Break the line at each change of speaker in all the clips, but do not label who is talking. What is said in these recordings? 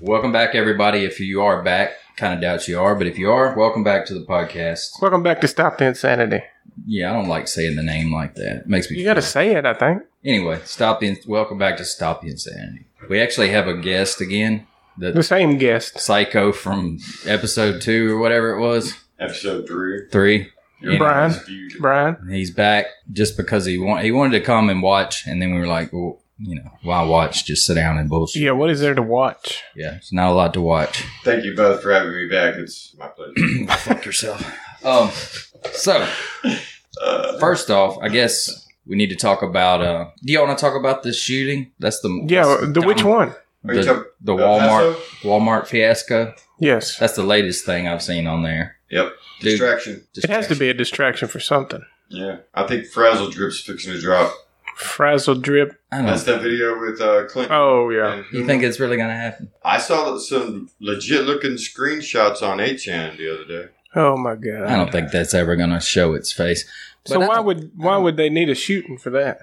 Welcome back, everybody. If you are back, kind of doubt you are, but if you are, welcome back to the podcast.
Welcome back to Stop the Insanity.
Yeah, I don't like saying the name like that. It makes me.
You got to say it, I think.
Anyway, stop the. ins- Welcome back to Stop the Insanity. We actually have a guest again.
The
The
same guest.
psycho from episode two or whatever it was,
Episode three.
three. Yeah.
Brian.
Feud.
Brian.
He's back just because he want he wanted to come and watch, and then we were like, well, you know, why watch? Just sit down and bullshit.
Yeah, what is there to watch?
Yeah, it's not a lot to watch.
Thank you both for having me back. It's my pleasure.
Fuck yourself. Um. So
Uh,
first off, I guess we need to talk about. uh Do y'all want to talk about the shooting? That's the
Yeah,
that's
the which
dumb-
one?
are you
The,
talking
the
about
Walmart
Paso?
Walmart fiasco.
Yes.
That's the latest thing I've seen on there.
Yep.
Dude,
Distraction.
It has to be a distraction for something.
Yeah. I think Frazzle Drip's fixing to drop.
Frazzle drip.
I don't know.
That's that video with uh, Clint.
Oh, yeah.
And
You think it's really gonna happen?
I saw some legit looking screenshots on 8chan the other day.
Oh, my
I
God.
don't think that's ever gonna show its face.
So
But I
why
don't-
would why would they need a shooting for that?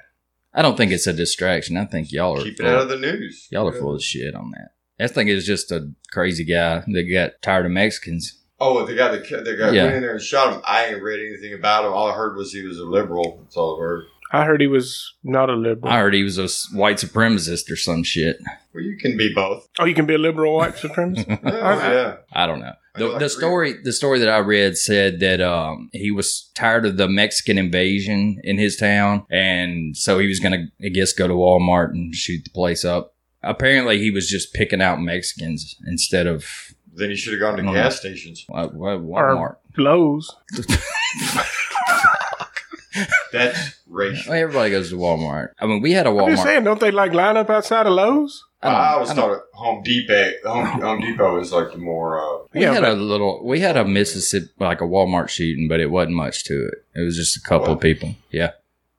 I don't think it's a distraction. I think y'all are
Keep it
full-
out of the news.
y'all are full of shit on that. That thing is just a crazy guy that got tired of Mexicans.
Oh, the guy that, ki- the guy
Yeah.
went in there and shot him. I ain't read anything about him. All I heard was he was a liberal. That's all I heard.
I heard he was not a liberal.
I heard he was a s- white supremacist or some shit.
Well, you can be both.
Oh, you can be a liberal white supremacist?
Yeah, yeah.
I don't know.
I
The,
feel like
the
we're-
story the story that I read said that um, he was tired of the Mexican invasion in his town, and so he was gonna I guess go to Walmart and shoot the place up. Apparently, he was just picking out Mexicans instead of
Then you should have gone
I
to
don't
gas stations.
uh, Wa- Walmart.
Lowe's.
That's racial.
Well, everybody goes to Walmart. I mean, we had a
I'm just
Walmart.
saying, don't they like line up outside of Lowe's?
I don't-
I always
I don't-
thought Home Depot, Home, Home Depot is like the more. Uh,
we
Yeah,
had
but-
a little. We had a Mississippi, like a Walmart shooting, but it wasn't much to it. It was just a couple of people. Yeah,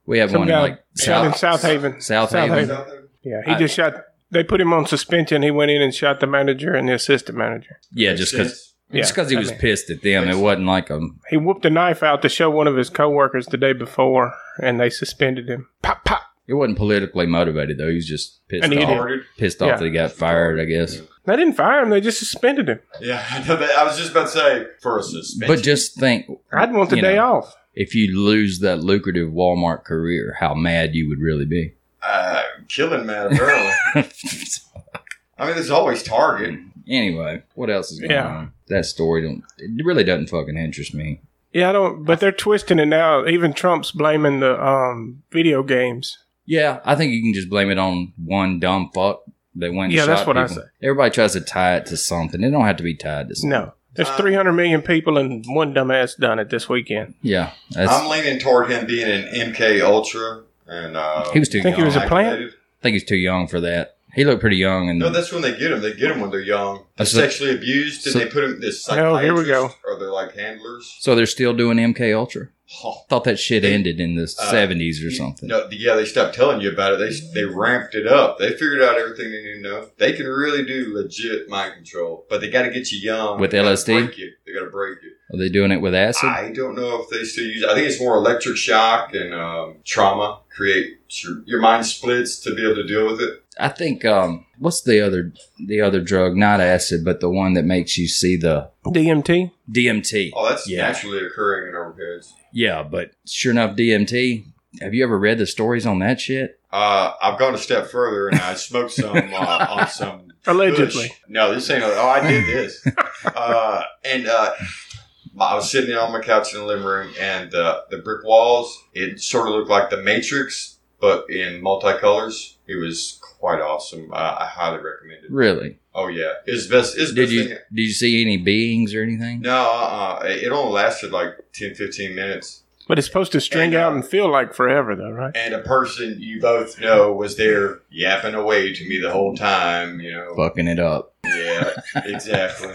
we have
Some
one in
guy
like
Shot in
South
South Haven.
South
South
Haven.
Haven. Yeah, he just shot. They put him on suspension. He went in and shot the manager and the assistant manager.
Yeah, just because
Yeah,
Just because he
I
was
mean-
pissed at them. It wasn't like um, a.
He whooped a knife out to show one of his coworkers the day before, and they suspended him. Pop, pop.
It wasn't politically motivated though. He was just pissed
An idiot.
off. Pissed off
Yeah.
that he got fired. I guess.
They didn't fire him. They just suspended him.
Yeah, I know that. I was just about to say for a suspension.
But just think,
I'd want the
you
day
know,
off.
If you lose that lucrative Walmart career, how mad you would really be.
uh, killing man apparently. I mean, there's always Target.
anyway, what else is going
Yeah.
on? That story don't. It really doesn't fucking interest me.
Yeah, I don't. But they're twisting it now. Even Trump's blaming the um, video games.
Yeah, I think you can just blame it on one dumb fuck that went. and
Yeah, that's
shot
what I
people.
say.
Everybody tries to tie it to something. It don't have to be tied to something.
No, there's
Uh,
300 million people, and one dumbass done it this weekend.
Yeah, that's,
I'm leaning toward him being an MK Ultra, and uh,
he was too.
Think he
young.
was a plant?
I think he's too young for that. He looked pretty young, and
No, that's when they get them. They get them when they're young. They're
So-
sexually abused, and
so-
they put them. This
Oh, here we go.
Or they're like handlers.
so they're still doing MK Ultra.
Oh,
Thought that shit ended in the
Uh,
seventies or something.
No, yeah, they stopped telling you about it. They they ramped it up. They figured out everything they need to know. They can really do legit mind control, but they got to get you young
With
They gotta
LSD?
Break you. They got to break you.
Are they doing it with acid?
I don't know if they still use. I think it's more electric shock and um, trauma create your, your mind splits to be able to deal with it.
I think um, what's the other the other drug? Not acid, but the one that makes you see the
DMT.
DMT.
Oh, that's
Yeah.
naturally occurring in our heads.
Yeah, but sure enough, DMT. Have you ever read the stories on that shit?
Uh, I've gone a step further and I smoked some uh, on some
Allegedly.
Bush. No, this ain't. Oh, I did this. uh, and uh, I was sitting there on my couch in the living room, and uh, the brick walls. It sort of looked like the Matrix, but in multicolors. It was quite awesome. Uh, I highly recommend it.
Really?
Oh yeah, it's best. It's
Did
best
you
Thing.
did you see any beings or anything?
No, uh, it only lasted like 10, 15 minutes.
But it's supposed to string
And, uh,
out and feel like forever, though, right?
And a person you both know was there yapping away to me the whole time. You know.
Fucking it up.
Yeah, exactly.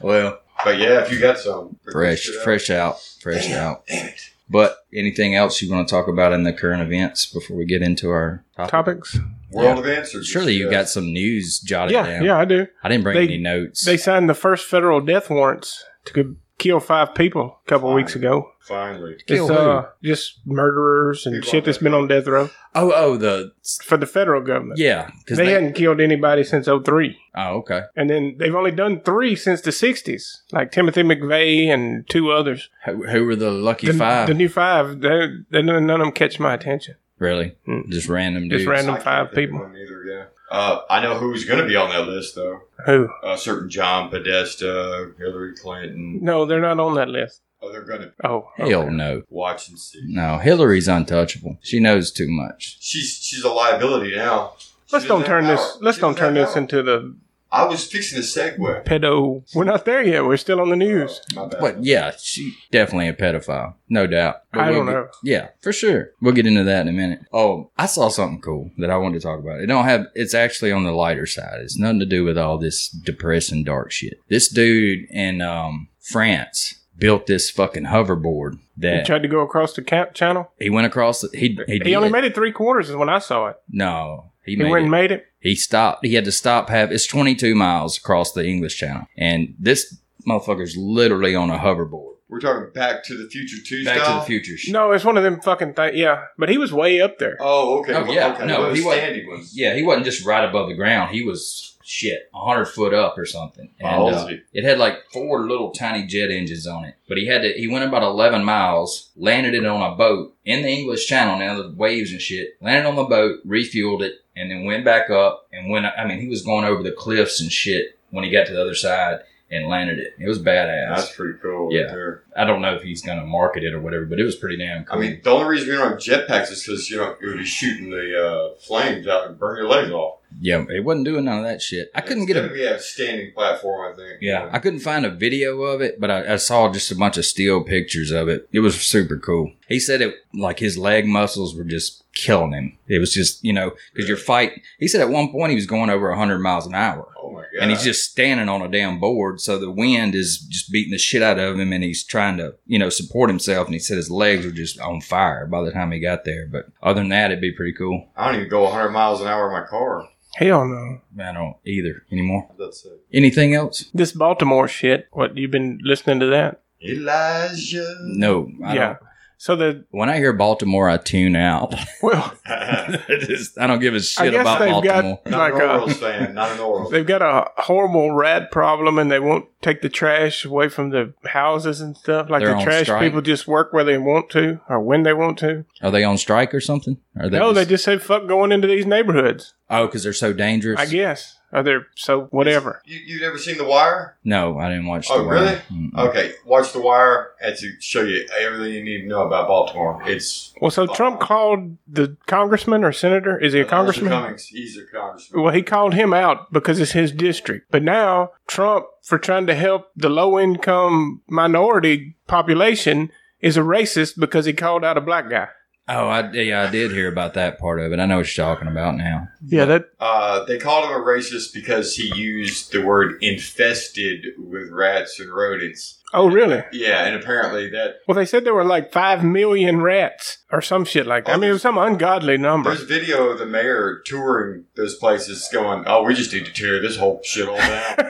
Well,
But yeah, if you got some
fresh,
pick it up.
fresh out, fresh
Damn,
out.
Damn it.
But anything else you want to talk about in the current events before we get into our topic?
Topics.
World events or just,
Surely you
uh,
got some news jotted
Yeah,
down.
yeah, I do.
I didn't bring
They-
any notes.
They signed the first federal death warrants to killed five people a couple
Fine.
weeks ago.
Finally.
Kill
it's uh, just murderers and
People on
shit that's
death
been
row.
on death row
Oh, oh, the
for the federal government.
yeah, because
they,
they,
hadn't killed anybody since 03.
Oh, okay.
And then they've only done three since the 60s, like Timothy McVeigh and two others.
Who, who were the lucky
The,
five?
the new five, they, they, none of them catch my attention.
really,
Mm.
just random dudes.
Just random. Random
I can't
five
think of
people.
one Either, yeah. Uh, I know who's going to be on that list, though.
Who?
A certain John Podesta, Hillary Clinton.
No, they're not on that list.
Oh, they're going to
Oh,
Hell
okay.
no,
watch and see.
no. Hillary's untouchable. She knows too much.
She's she's a liability now. She
Let's don't
doesn't
turn
have
this.
power.
Let's
She
don't
doesn't
turn
have
this
power.
into the
I was fixing a segue.
pedo. We're not there yet. We're still on the news.
Oh, my bad.
But yeah, she definitely a pedophile, no doubt. But
I
we'll
don't
get-
know.
Yeah, for sure. We'll get into that in a minute. Oh, I saw something cool that I wanted to talk about. It don't have. It's actually on the lighter side. It's nothing to do with all this depressing dark shit. This dude in um, France built this fucking hoverboard
He
that
tried to go across the cap channel.
he went across. the- He he,
He,
did
only
it.
made it three quarters is when I saw it.
no. He,
He,
made
went
it.
and made it.
He stopped. He had to stop. Have it's 22 miles across the English Channel, and this motherfucker's literally on a hoverboard.
We're talking Back to the Future two
Back to
style?
the Future. shit.
No, it's one of them fucking things. Yeah, but he was way up there.
Oh, okay.
Oh,
Well,
yeah.
okay.
No,
Well,
he wasn't-
Sandy was.
Yeah, he wasn't just right above the ground. He was shit 100 foot up or something. And,
How old
uh,
is he?
it had like four little tiny jet engines on it. But he had to. He went about 11 miles, landed it on a boat in the English Channel. Now the waves and shit. Landed on the boat, refueled it, and then went back up. And went. I mean, he was going over the cliffs and shit when he got to the other side and landed it. It was badass.
That's pretty cool.
uh, Yeah.
Right there.
I don't know if he's going to market it or whatever, but it was pretty damn
I
cool.
mean, the only reason we don't have jetpacks is because you know it would be shooting the uh, flames out and burn your legs off.
yeah, it wasn't doing none of that shit. I couldn't
It's
get a
gonna be a standing platform. I think.
Yeah, I couldn't find a video of it, but I, I saw just a bunch of still pictures of it. It was super cool. He said it like his leg muscles were just killing him. It was just you know because you're fighting. He said at one point he was going over 100 miles an hour,
Oh my god.
and he's just standing on a damn board, so the wind is just beating the shit out of him, and he's trying to you know support himself. And he said his legs were just on fire by the time he got there. But other than that, it'd be pretty cool.
I don't even go 100 miles an hour in my car.
Hell no.
I don't either anymore.
That's it.
Anything else?
This Baltimore shit. What you've been listening to that?
Elijah.
No. I
yeah.
Don't.
So the
When I hear Baltimore, I tune out.
well,
I just- I don't give a shit
guess
about
they've
Baltimore.
Not
Like,
an
uh,
Orioles fan. Not an Orioles.
they've got a horrible rat problem, and they won't take the trash away from the houses and stuff. Like
They're
the
on
trash
strike.
people just work where they want to or when they want to.
Are they on strike or something? Are they
no,
just,
they just say fuck going into these neighborhoods.
oh, because they're so dangerous.
I guess. Or they're so whatever.
You, you've never seen The Wire?
no, I didn't watch.
Oh,
the Wire.
really?
Mm-mm.
Okay, watch The Wire and to show you everything you need to know about Baltimore. It's
Well, so Trump called the congressman or senator. Is he a congressman?
Elijah Cummings. He's a congressman.
Well, he called him out because it's his district. But now Trump, for trying to help the low income minority population, is a racist because he called out a black guy.
Oh, I yeah, I did hear about that part of it. I know what you're talking about now.
Yeah, that
Uh, they called him a racist because he used the word infested with rats and rodents.
oh really?
Yeah, and apparently that
Well they said there were like five million rats or some shit like that. I mean it was some ungodly number.
there's video of the mayor touring those places, going, "Oh, we just need to tear this whole shit all down."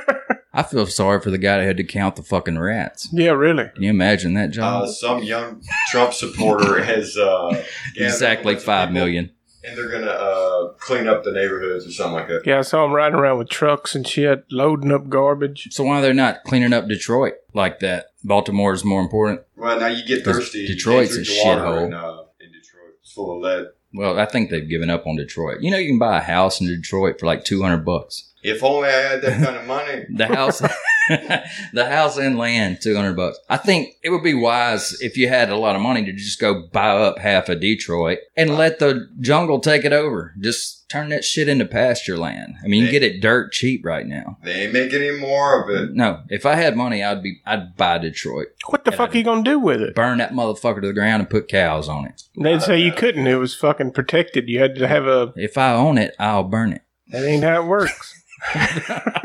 I feel sorry for the guy that had to count the fucking rats.
Yeah, really.
Can you imagine that,
uh,
John?
some young Trump supporter has uh, gathered a
exactly
bunch of
five
people,
million.
and they're gonna uh, clean up the neighborhoods or something like that.
Yeah, I saw him riding around with trucks and shit, loading up garbage.
So why are they not cleaning up Detroit like that? Baltimore is more important.
Well, now you get
Because
thirsty. You
Detroit's
can't
a
drink the water
shithole.
In, uh, in Detroit, it's full of lead.
Well, I think they've given up on Detroit. You know, you can buy a house in Detroit for like two hundred bucks.
If only I had that kind of money.
The house, the house and land, two hundred bucks. I think it would be wise if you had a lot of money to just go buy up half of Detroit and let the jungle take it over. Just turn that shit into pasture land. I mean, you can get it dirt cheap right now.
They ain't making any more of it.
No, if I had money, I'd be, I'd buy Detroit,
What the
And
fuck
I-
are you gonna do with it?
burn that motherfucker to the ground, and put cows on it.
They'd say you couldn't. It was fucking protected. You had to have a.
If I own it, I'll burn it.
That ain't how it works.
No,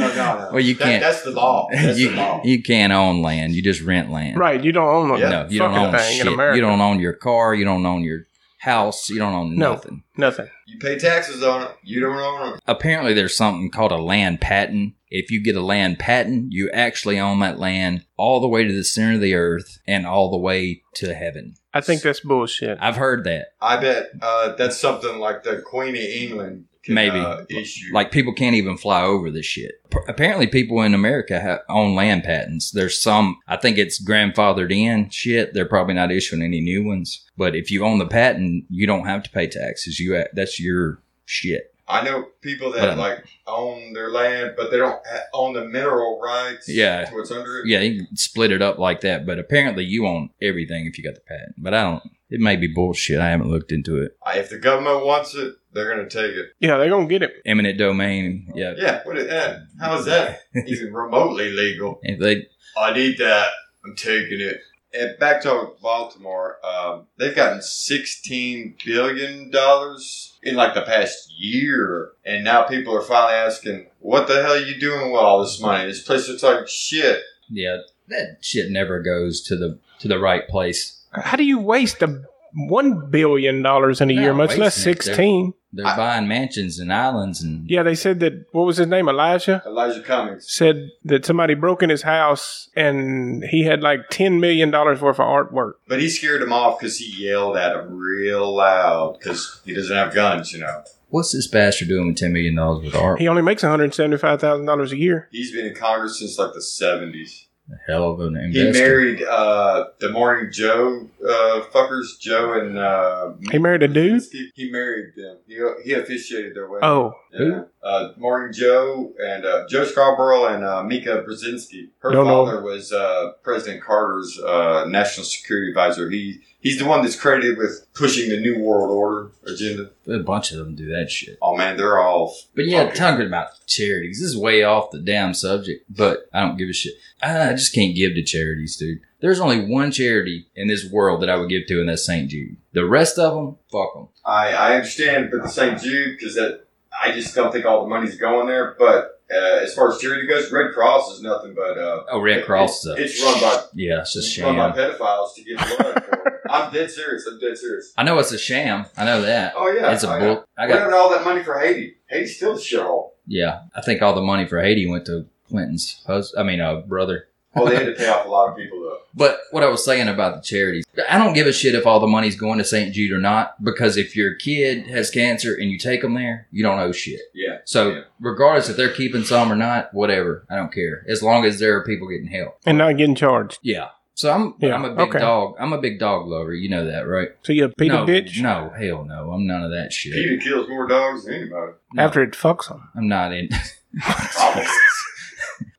no, no.
Well, you
That-
can't-
That's the law. That's
you,
the law.
you can't own land. You just rent land.
right. You don't own a
Yeah.
Oh, No, you don't
fucking
own
thing in
shit. You
America.
don't own your car. You don't own your house, you don't own
No.
nothing.
Nothing.
You pay taxes on it. You don't own it.
Apparently, there's something called a land patent. If you get a land patent, you actually own that land all the way to the center of the earth and all the way to heaven.
I think that's bullshit.
I've heard that.
I bet uh, that's something like the Queen of England can,
Maybe.
uh, issue.
Like people can't even fly over this shit. P- apparently, people in America ha- own land patents. There's some. I think it's grandfathered in shit. They're probably not issuing any new ones. But if you own the patent, you don't have to pay taxes. You a- that's your shit.
I know people that
But-
like own their land, but they don't ha- own the mineral rights.
Yeah.
to what's under it.
Yeah, you can split it up like that. But apparently, you own everything if you got the patent. But I don't. It may be bullshit. I haven't looked into it.
Uh, If the government wants it, they're gonna take it.
Yeah, they're gonna get it.
Eminent domain. Yeah.
Yeah, what is that? How is that even remotely legal?
If they
I need that. I'm taking it. And back to Baltimore, um, they've gotten sixteen billion dollars in like the past year, and now people are finally asking, "What the hell are you doing with all this money? This place looks like shit."
yeah that shit never goes to the to the right place.
How do you waste a one billion dollars in a
No,
year, much less
wasting it.
sixteen?
They're
I-
buying mansions and islands and
Yeah, they said that. What was his name? Elijah
Elijah Cummings.
said that somebody broke in his house and he had like ten million dollars worth of artwork.
But he scared him off because he yelled at him real loud because he doesn't have guns, you know.
What's this bastard doing with ten million dollars worth of art?
He only makes one hundred seventy-five thousand dollars a year.
He's been in Congress since like the 70s.
Hell of an
He
investor.
married uh, the Morning Joe uh, fuckers, Joe and. Uh,
He married a dude.
he, he married them. He, he officiated their wedding.
Oh,
Yeah.
who?
Uh, Morning Joe and uh, Joe Scarborough and uh, Mika Brzezinski. Her
Don't know.
father was uh, President Carter's uh, national security advisor. He he's the one that's credited with pushing the New World Order agenda.
a bunch of them do that shit.
Oh man, they're all
But yeah,
Okay.
talking about charities. This is way off the damn subject, but I don't give a shit. I I just can't give to charities, dude. There's only one charity in this world that I would give to, and that's St. Jude. The rest of them, fuck them.
I, I understand, but the St. Jude, because that I just don't think all the money's going there. But uh, as far as charity goes, Red Cross is nothing but uh,
Oh, Red Cross is
It's,
a-
it's run by
yeah, it's a
it's run by
sham.
pedophiles to get blood. for it. I'm dead serious. I'm dead serious.
I know it's a sham. I know that.
Oh yeah,
it's a
I
book. I
Got,
got.
Where did all that money for Haiti? Haiti's still a shithole.
Yeah, I think all the money for Haiti went to Clinton's. Hus- I mean, uh, brother.
Well, they had to pay off a lot of people though.
But what I was saying about the charities, I don't give a shit if all the money's going to St. Jude or not, because if your kid has cancer and you take them there, you don't owe shit.
Yeah,
So
Yeah.
regardless if they're keeping some or not, whatever, I don't care. As long as there are people getting help.
and not getting charged.
Yeah. So I'm
Yeah,
I'm a big
okay.
dog. I'm a big dog lover. You know that, right?
So you a Peter
no,
bitch
No, hell no. I'm none of that shit.
Peter kills more dogs than anybody.
No,
after it fucks him.
I'm not in.
Probably.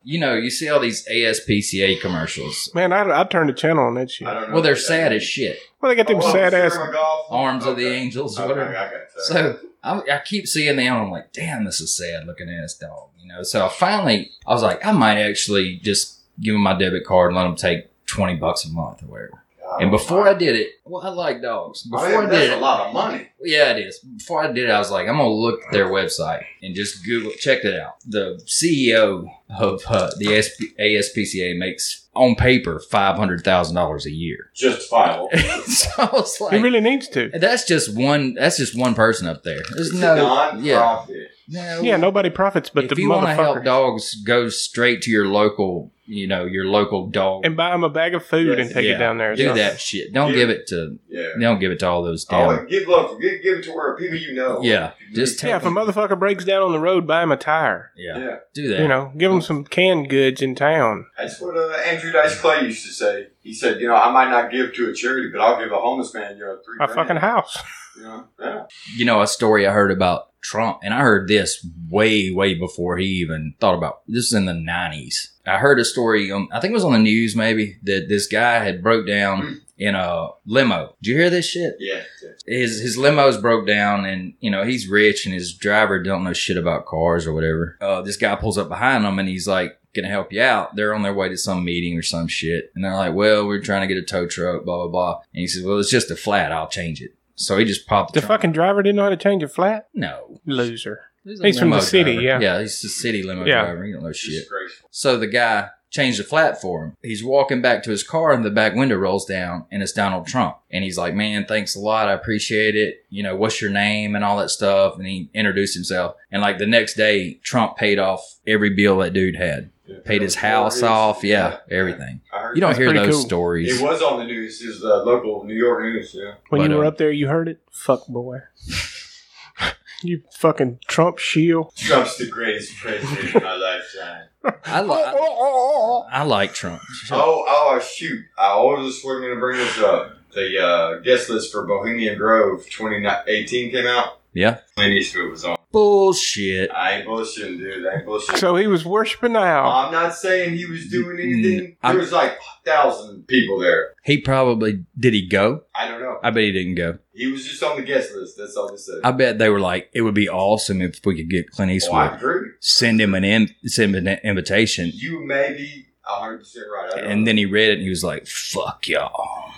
you know, you see all these ASPCA commercials.
Man, I, I turned the channel on that shit.
I don't know.
Well, they're sad as shit.
Well, they got them
Oh,
sad
Sarah
ass.
McGough?
Arms of the
Okay.
angels,
Okay,
whatever.
I got that.
So I, I keep seeing them. I'm like, damn, this is sad looking ass dog, you know. So I finally, I was like, I might actually just give him my debit card and let him take twenty bucks a month or whatever.
God,
And before
I,
I did it, well, I like dogs. Before I,
mean,
did
Oh, that's a
it,
lot of money.
yeah, it is. Before I did it, I was like, I'm gonna look at their website and just Google, check it out. The CEO of uh, the ASP, ASPCA makes on paper five hundred thousand dollars a year.
Justifiable.
so I was
He
like.
really needs to.
that's just one. That's just one person up there. There's
It's
no,
a non-profit.
no,
Yeah, nobody profits but
if
the
you want to help
motherfucker.
dogs, go straight to your local, you know, your local dog.
and buy him a bag of food
Yes,
and take
yeah.
it down there. or
do
something.
that shit. Don't
Yeah.
give it to.
Yeah.
Don't give it to all those
Oh,
damn.
give love. Give, give it to where people you know.
yeah, just take
Yeah, if a motherfucker breaks down on the road, buy him a tire.
yeah,
Yeah.
do that.
You know, give him some canned goods in town.
That's what uh, Andrew Dice Clay used to say. He said, you know, I might not give to a charity, but I'll give a homeless man, you know, three
A
grand.
fucking house.
You know? Yeah.
you know, a story I heard about Trump, and I heard this way, way before he even thought about this is in the nineties. I heard a story on I think it was on the news maybe that this guy had broke
Hmm.
down in a limo. Did you hear this shit?
Yeah. yeah.
his his limo's broke down and you know he's rich and his driver don't know shit about cars or whatever uh, this guy pulls up behind him and he's like can I help you out they're on their way to some meeting or some shit and they're like well we're trying to get a tow truck blah blah blah and he says well it's just a flat i'll change it so he just popped
The
trunk-
fucking driver didn't know how to change a flat.
no
Loser.
a
He's from the
limo
city,
driver.
yeah.
yeah he's the city limo
Yeah.
driver he don't know shit
Disgraceful.
so the guy change the flat for him. He's walking back to his car and the back window rolls down and it's Donald Trump. And he's like, man, thanks a lot. I appreciate it. You know, what's your name and all that stuff. And he introduced himself. And like the next day, Trump paid off every bill that dude had, paid his house off. Yeah, everything.
I heard
You don't
That's
hear
pretty
those
cool.
stories.
It was on the news. It was uh, local New York news. Yeah.
When
But,
you were
uh,
up there, you heard it. Fuck boy. you fucking Trump shield.
Trump's the greatest president of my lifetime.
I, li- I, I like Trump.
Oh, oh, shoot. I always was going to bring this up. The uh, guest list for Bohemian Grove 2018 came out.
Yeah.
Clint Eastwood was on.
Bullshit.
I ain't bullshitting, dude. I ain't bullshitting.
So he was worshiping now.
I'm not saying he was doing
Mm,
anything.
I'm-
there was like thousand people there.
He probably did he go?
I don't know.
I bet he didn't go.
He was just on the guest list. That's all they said.
I bet they were like, it would be awesome if we could get Clint
Oh, I
Eastwood.
agree.
Send him an in- send him an invitation.
You may be 100 percent right. I don't
And
know.
then he read it and he was like, fuck y'all.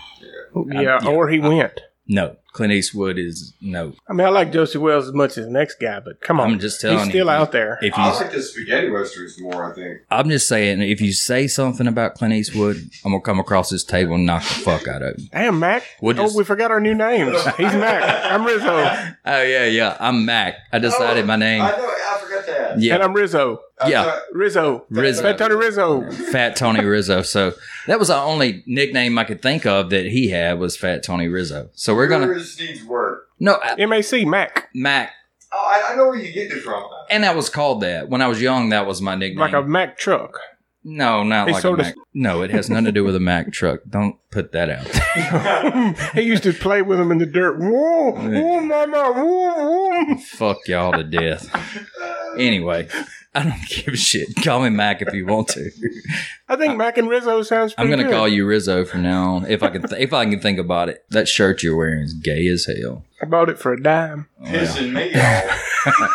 Oh, yeah,
yeah,
or he went.
No, Clint Eastwood is no.
I mean, I like Josie Wells as much as the next guy, but come on,
I'm just telling
he's still
you.
out there.
If
I
you,
like the spaghetti roasters more. I think.
I'm just saying, if you say something about Clint Eastwood, I'm gonna come across this table and knock the fuck out of you.
Damn, Mac.
We'll
oh,
just-
we forgot our new names. He's Mac. I'm Rizzo,
Oh yeah, yeah. I'm Mac. I decided my name.
I know. I forgot that.
and
yeah,
I'm Rizzo.
I'm
Yeah.
sorry.
Rizzo.
Rizzo.
Fat Tony Rizzo.
Fat Tony Rizzo. So that was the only nickname I could think of that he had was Fat Tony Rizzo. So we're gonna
Yours needs work.
no I,
Mac Mac.
Mac,
Oh, I, I know where you get it from.
and that was called that when I was young. That was my nickname.
Like a Mac truck.
no, not
They
like a
sold us-
Mac. No, it has nothing to do with a Mac truck. Don't put that out. there.
he used to play with him in the dirt. Whoa, whoa, mama, whoa, whoa.
Fuck y'all to death.
Uh,
Anyway, I don't give a shit. Call me Mac if you want to.
I think Mac and Rizzo sounds
I'm
pretty
gonna
good.
call you Rizzo from now on if I can th- if I can think about it. That shirt you're wearing is gay as hell. Oh,
I bought it for a dime.
Pissing me off.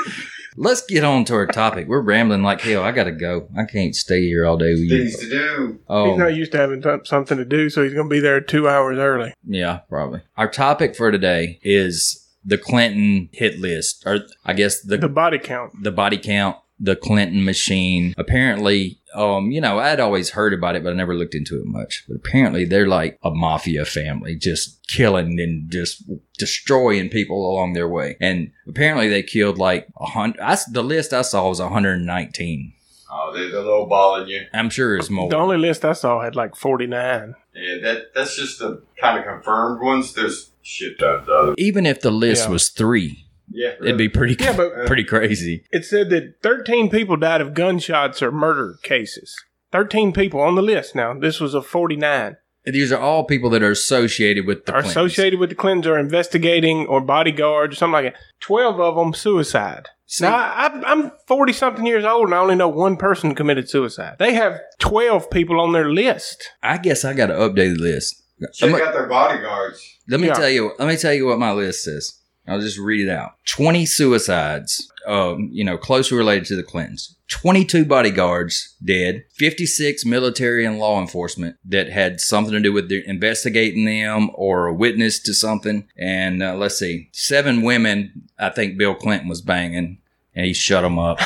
Let's get on to our topic. We're rambling like hell. I gotta go. I can't stay here all day with you.
Things to do.
He's
Oh,
not used to having t- something to do, so he's going to be there two hours early.
yeah, probably. Our topic for today is the Clinton hit list, or I guess the the,
The body count.
body count, the Clinton machine. Apparently, um, you know, I'd always heard about it, but I never looked into it much. But apparently, they're like a mafia family, just killing and just destroying people along their way. And apparently, they killed like a hundred. I s the list I saw was 119.
Oh, they're, they're low balling you.
I'm sure it's more.
The only list I saw had like 49.
Yeah, that that's just the kind of confirmed ones. There's shit tons of them.
Even if the list
Yeah.
was three,
Yeah,
it'd be pretty
Yeah, but
pretty crazy.
it said that 13 people died of gunshots or murder cases. 13 people on the list now. This was a 49.
These are all people that are associated with the
are
Clintons.
associated with the Clintons or investigating or bodyguards or something like that. 12 of them suicide.
See,
Now, I, I- I'm 40 something years old and I only know one person committed suicide. They have 12 people on their list.
I guess I got to update the list.
check
I'm a-
out their bodyguards.
Let me
Yeah.
tell you. Let me tell you what my list says. I'll just read it out. Twenty suicides, um, you know, closely related to the Clintons. Twenty-two bodyguards dead. Fifty-six military and law enforcement that had something to do with the, investigating them or a witness to something. And uh, let's see, seven women. I think Bill Clinton was banging, and he shut them up.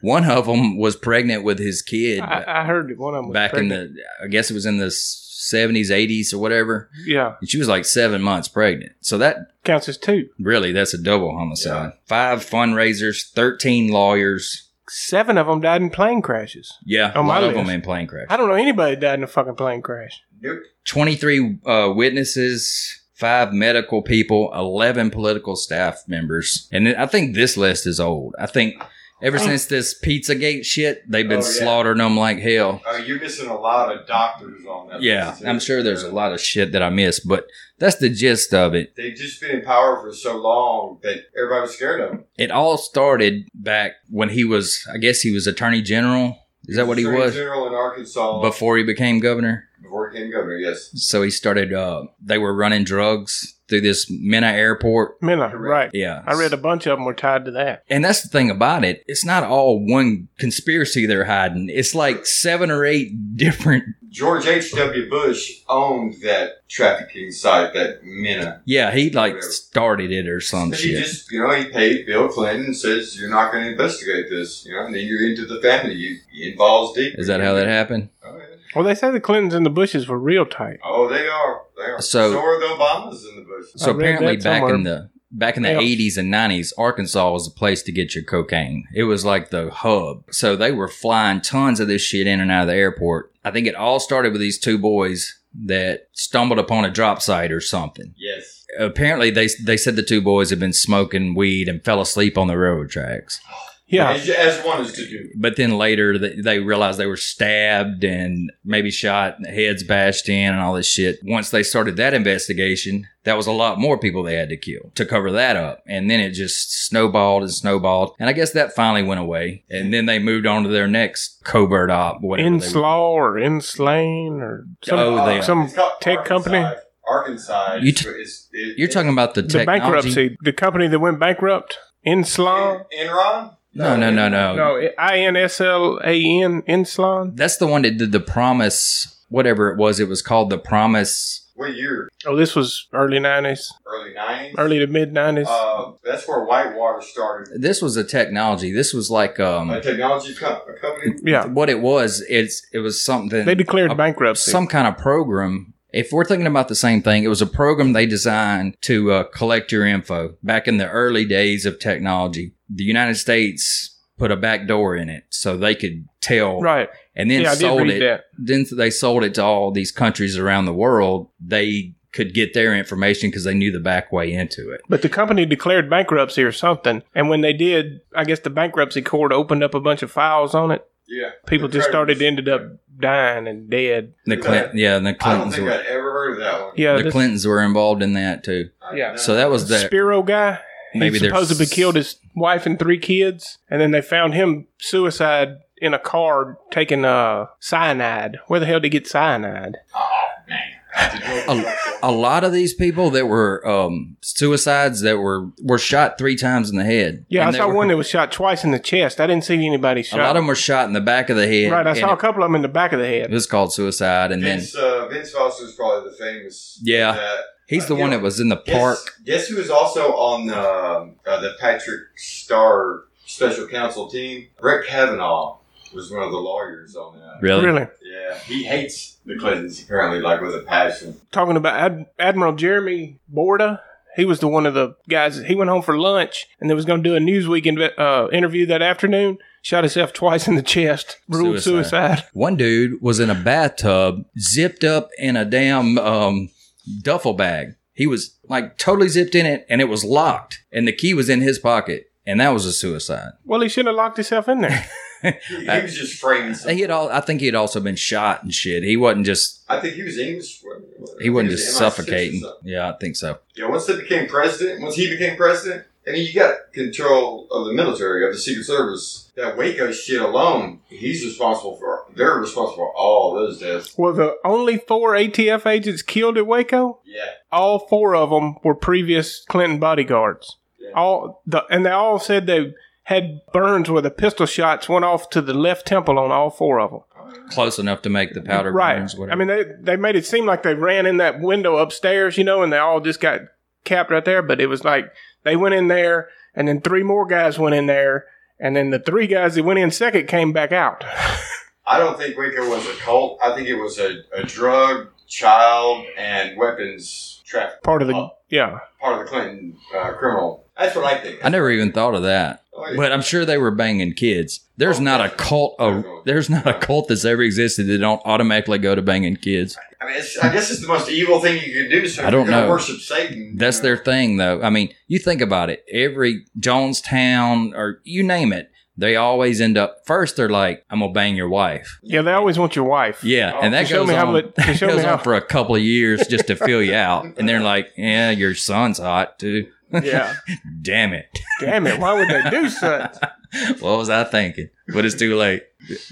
One of them was pregnant with his kid.
I, I heard that one of them was
back
pregnant.
in the I guess it was in the seventies, eighties, or whatever.
Yeah,
And she was like seven months pregnant. So that
counts as two.
really that's a double homicide. Five fundraisers, thirteen lawyers.
Seven of them died in plane crashes.
Yeah, a
On my
lot of
list.
them in plane crash.
I don't know anybody that died in a fucking plane crash.
Nope.
Twenty-three uh, witnesses. Five medical people, eleven political staff members, and then I think this list is old. I think ever since this PizzaGate shit, they've been
Oh, yeah.
slaughtering them like hell.
Oh, you're missing a lot of doctors on that.
Yeah,
list, too.
I'm sure there's a lot of shit that I missed, but that's the gist of it.
They've just been in power for so long that everybody was scared of them.
it all started back when he was i guess he was attorney general is that what he
Attorney
was
General in Arkansas
before he became governor
before he came governor. Yes.
so he started uh they were running drugs through this Mena airport
Miller,
Correct.
right.
yeah
I read a bunch of them were tied to that.
and that's the thing about it it's not all one conspiracy they're hiding it's like seven or eight different
George H. W. Bush owned that trafficking site, that Minna.
yeah he like started it or some
But he
shit
just, you know, he paid Bill Clinton and says, "You're not going to investigate this," you know, and then you're into the family. You, it involves deep.
is that how that happened
Oh
Well, they say the Clintons and the Bushes were real tight.
Oh, they are. They are.
So-
So, are the Obamas in the bush.
So
I read
apparently,
that
back in
somewhere.
the back in the
Yeah.
eighties and nineties, Arkansas was the place to get your cocaine. It was like the hub. So they were flying tons of this shit in and out of the airport. I think it all started with these two boys that stumbled upon a drop site or something.
Yes.
Apparently, they they said the two boys had been smoking weed and fell asleep on the railroad tracks.
Yeah.
As, as one is to do.
But then later, they, they realized they were stabbed and maybe shot, and heads bashed in, and all this shit. Once they started that investigation, that was a lot more people they had to kill to cover that up. And then it just snowballed and snowballed. And I guess that finally went away. And then they moved on to their next covert op, whatever. they-
Inslaw or Inslane or some,
Oh, they-
some
Uh, It's called
tech company.
Arkansas.
You t-
is- it-
You're
it-
talking about the,
the
technology.
bankruptcy, the company that went bankrupt. Inslaw.
En- Enron?
No, no, no, no,
No, I N S L A N, Inslon.
That's the one that did the promise, whatever it was. It was called the promise.
What year?
Oh, this was early 90s,
Early 90s?
early to mid 90s.
Uh, that's where Whitewater started.
This was a technology. This was like um,
A technology co- a company.
yeah.
what it was. It's it was something
They declared
a-
bankruptcy.
some kind of program. If we're thinking about the same thing, it was a program they designed to uh, collect your info back in the early days of technology. The United States put a back door in it so they could tell,
right.
and then
Yeah, I did
sold
read
it.
that.
Then they sold it to all these countries around the world. They could get their information because they knew the back way into it.
But the company declared bankruptcy or something. And when they did, I guess the bankruptcy court opened up a bunch of files on it.
Yeah.
People just started, ended up dying and dead.
The Clin- yeah, and the
I don't
Clintons
think
were
I'd ever heard of that one.
Yeah.
the
this
Clintons were involved in that too.
I-
Yeah.
So that was the
Spiro guy.
Maybe
Maybe he
they're
supposedly
s-
killed his wife and three kids. And then they found him suicide in a car taking uh, cyanide. Where the hell did he get cyanide?
Oh, man.
a lot of these people that were um, suicides that were were shot three times in the head.
Yeah,
And
I
they
saw
were-
one that was shot twice in the chest. I didn't see anybody
A
shot.
lot of them were shot in the back of the head.
right, I
and
saw a
It,
couple of them in the back of the
it
head.
was called suicide, and then
Vince, uh, Vince Foster is probably the famous.
Yeah.
that-
he's the one that was in the
Guess-
park.
Guess who was also on the, um, uh, the Patrick Starr special counsel team? Brett Kavanaugh was one of the lawyers on that.
Really?
Really?
Yeah, he hates the Clintons apparently, like with a passion.
Talking about Ad- Admiral Jeremy Borda. He was the one of the guys. He went home for lunch and they was going to do a Newsweek inve- uh, interview that afternoon. Shot himself twice in the chest. Ruled
Suicide.
suicide.
One dude was in a bathtub, zipped up in a damn um, duffel bag. He was like totally zipped in it, and it was locked, and the key was in his pocket, and that was a suicide.
Well, he should have locked himself in there.
He, he was just framing.
And
Something.
Uh, he had all. I think he had also been shot and shit. He wasn't just.
I think he was English. wasn't
He wasn't
I think
just
was MI6 or
suffocating.
something.
Yeah, I think so.
Yeah, once they became president, once he became president, I mean, you got control of the military, of the Secret Service. That Waco shit alone, he's responsible for. They're responsible for all those deaths.
well, the only four ATF agents killed at Waco,
Yeah,
all four of them were previous Clinton bodyguards.
Yeah.
All the and they all said they had burns where the pistol shots went off to the left temple on all four of them.
Close enough to make the powder
right.
burns. Whatever.
I mean, they they made it seem like they ran in that window upstairs, you know, and they all just got capped right there. But it was like they went in there, and then three more guys went in there, and then the three guys that went in second came back out.
I don't think Waco was a cult. I think it was a, a drug, child, and weapons traffic
Part of the
Oh.
yeah.
part of the Clinton uh, criminal. That's what I think.
I never even thought of that.
Oh, yeah.
But I'm sure they were banging kids. There's not a cult of, there's not a cult that's ever existed that don't automatically go to banging kids.
I mean, it's, I guess it's the most evil thing you can do. So
I don't
you're gonna
know.
Worship Satan.
That's
you know?
their thing though. I mean, you think about it. Every Jonestown or you name it, they always end up first they're like, I'm gonna bang your wife.
Yeah, they always want your wife.
Yeah. and that
Oh, To show
goes
me how
on,
much- to
that
show me
goes
how-
on for a couple of years just to feel you out. And they're like, Yeah, your son's hot too.
Yeah.
Damn it.
Damn it! Why would they do such?
what was I thinking? But it's too late.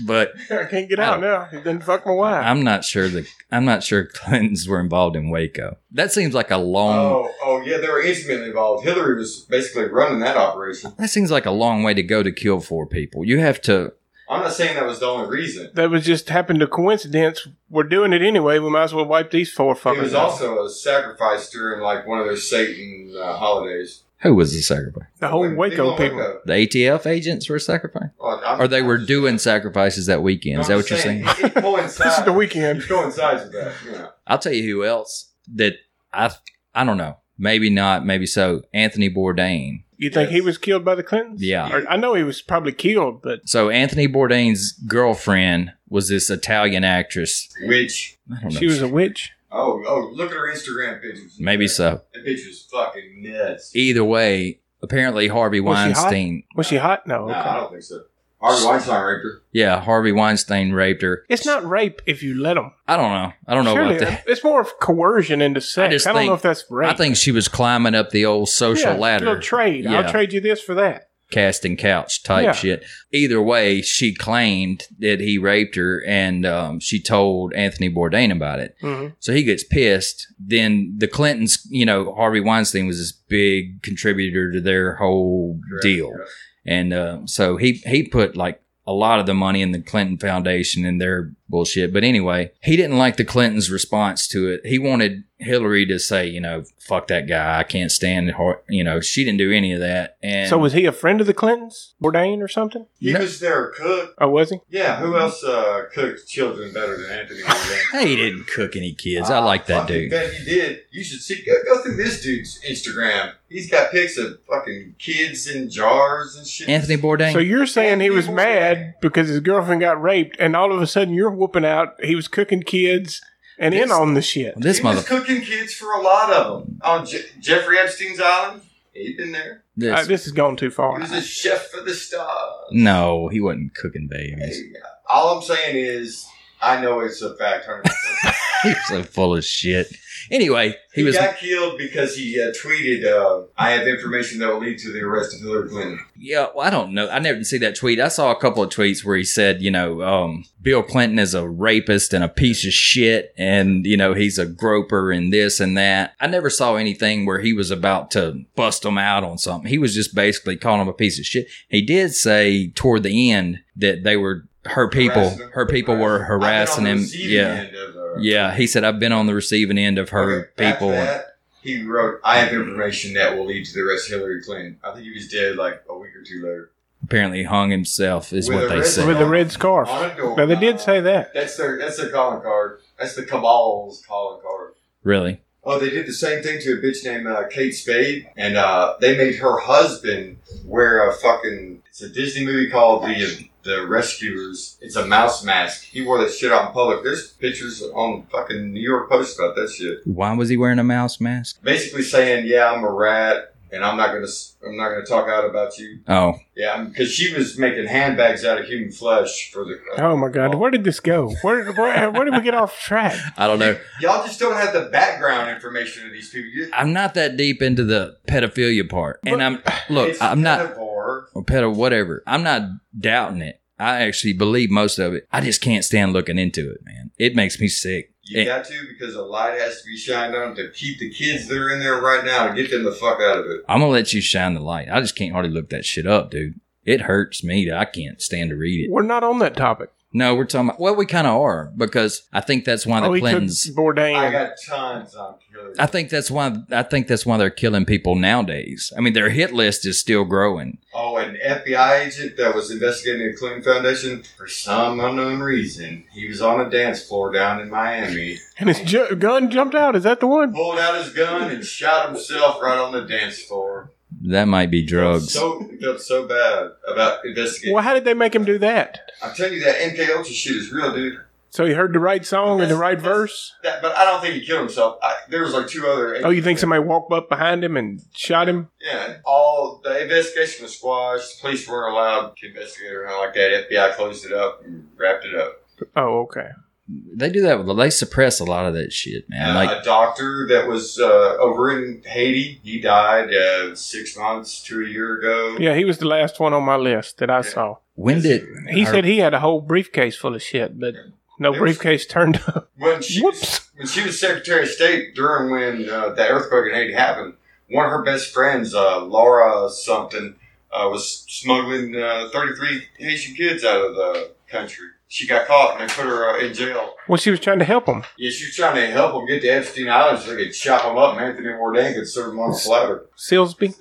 But
I can't get out now. He didn't fuck my wife.
I'm not sure the I'm not sure Clintons were involved in Waco. That seems like a
Um,
long
Oh, oh yeah, they were intimately involved. Hillary was basically running that operation.
that seems like a long way to go to kill four people. You have to
I'm not saying that was the only reason.
that was just happened to coincidence. We're doing it anyway. We might as well wipe these four
It
fuckers.
was
out.
also a sacrifice during like one of their Satan uh, holidays.
Who was the sacrifice?
The whole
They
Oh, Waco
won't wake
people.
up.
The ATF agents were sacrificed,
Well, I'm-
or they were
I'm-
doing sacrifices that weekend. Is that
I'm
what you're saying?
saying, It, it
This is
coincides.
the weekend.
It coincides with that. You know.
I'll tell you who else that I I don't know. Maybe not. Maybe so. Anthony Bourdain.
You think he was killed by the Clintons?
Yeah.
Or, I know he was probably killed, but
So Anthony Bourdain's girlfriend was this Italian actress.
Which
I don't know.
she was a witch.
oh oh look at her Instagram pictures.
maybe so. E-
That bitch was fucking nuts.
Either way, apparently Harvey
Was she hot?
Weinstein.
Was she hot? No.
No,
Okay.
I don't think so. Harvey Weinstein raped her.
Yeah, Harvey Weinstein raped her.
It's not rape if you let them.
I don't know. I don't know
Surely,
about that.
it's more of coercion into sex. I,
just
don't
think-
know if that's rape.
I think she was climbing up the old social
yeah,
ladder.
Little trade.
Yeah.
I'll trade you this for that.
casting couch type
Yeah.
shit. Either way, she claimed that he raped her, and um, she told Anthony Bourdain about it.
Mhm.
So he gets pissed. Then the Clintons, you know, Harvey Weinstein was this big contributor to their whole
Correct,
deal,
correct.
and uh, so he he put like. A lot of the money in the Clinton Foundation and their bullshit. But anyway, he didn't like the Clintons' response to it. He wanted Hillary to say, you know, fuck that guy. I can't stand, Har-" you know, she didn't do any of that. And
So was he a friend of the Clintons, Bourdain or something?
He
No.
was their cook.
Oh, was he?
Yeah, who else uh, cooked children better than Anthony Bourdain?
Hey, he didn't cook any kids. I
Ah,
like that
fucking
dude.
Ah, Bet he did. You should see. Go, go through this dude's Instagram. He's got pics of fucking kids in jars and shit.
Anthony Bourdain.
So you're saying he was
Anthony
mad because his girlfriend got raped, and all of a sudden you're whooping out. He was cooking kids and in
This-
on the shit. Uh,
this
he
mother.
was cooking kids for a lot of them on Je- Jeffrey Epstein's island. He'd been there.
This,
Uh, this has gone too
He
far.
was a chef for the stars.
no, he wasn't cooking babies.
Hey, all I'm saying is, I know it's a fact. 100%.
He was so full of shit. Anyway,
he
he was.
got killed because he uh, tweeted, uh, "I have information that will lead to the arrest of Hillary Clinton."
Yeah, well, I don't know. I never see that tweet. I saw a couple of tweets where he said, you know, um, Bill Clinton is a rapist and a piece of shit, and you know he's a groper and this and that. I never saw anything where he was about to bust him out on something. He was just basically calling him a piece of shit. He did say toward the end that they were her people.
Harassing him.
Her people were
I've been on
harassing
the
him.
receiving
Yeah.
end of, uh,
Yeah, he said, I've been on the receiving end of her
Okay, after
people.
that, he wrote, "I have information that will lead to the arrest of Hillary Clinton." I think he was dead like a week or two later.
Apparently hung himself is
With
what
a
they
red
said.
With the red scarf.
On a door.
Now, they did say that.
That's their that's their calling card. That's the cabal's calling card.
Really?
Oh, they did the same thing to a bitch named uh, Kate Spade, and uh, they made her husband wear a fucking. It's a Disney movie called the the Rescuers. It's a mouse mask. He wore that shit out in public. There's pictures on fucking New York Post about that shit.
Why was he wearing a mouse mask?
Basically saying, "Yeah, I'm a rat, and I'm not gonna s- I'm not gonna talk out about you."
Oh,
Yeah, because she was making handbags out of human flesh for the. uh,
Oh my God, where did this go? Where where, where did we get off track?
I don't know.
Y'all just don't have the background information of these people. You,
I'm not that deep into the pedophilia part. And I'm, look,
it's
I'm not,
Carnivore.
or pedo, whatever. I'm not doubting it. I actually believe most of it. I just can't stand looking into it, man. It makes me sick.
You
Eh.
got to because a light has to be shined on to keep the kids that are in there right now to get them the fuck out of it.
I'm going to let you shine the light. I just can't hardly look that shit up, dude. It hurts me. that I can't stand to read it.
We're not on that topic.
No, we're talking about, well, we kind of are because I think that's why the
Oh, he cooked
Clintons.
I
Bourdain.
got tons on killers.
I think that's why I think that's why they're killing people nowadays. I mean, their hit list is still growing.
Oh, an FBI agent that was investigating the Clinton Foundation for some unknown reason. He was on a dance floor down in Miami.
And his ju- gun jumped out. Is that the one?
Pulled out his gun and shot himself right on the dance floor.
That might be drugs.
So he felt so bad about investigating.
Well, how did they make him do that?
I'm telling you that MK Ultra shit is real, dude.
So he heard the right song and the right verse?
That, but I don't think he killed himself. I, there was like two other.
Oh, you think somebody walked up behind him and shot him?
Yeah. All the investigation was squashed. The police weren't allowed to investigate or anything like that. FBI closed it up and wrapped it up.
Oh, okay.
They do that. They suppress a lot of that shit, man.
Uh,
Like
a doctor that was uh, over in Haiti, he died uh, six months to a year ago.
Yeah, he was the last one on my list that I saw.
when did
He
our-
said he had a whole briefcase full of shit, but no
There was-
briefcase turned up.
When she was
Whoops.
when she was Secretary of State during when uh, the earthquake in Haiti happened, one of her best friends, uh, Laura something, uh, was smuggling uh, 33 Haitian kids out of the country. She got caught and they put her uh, in jail.
Well, she was trying to help him.
Yeah, she was trying to help them get to Epstein Island so they could chop them up and Anthony Bourdain could serve them on a platter.
Silsby?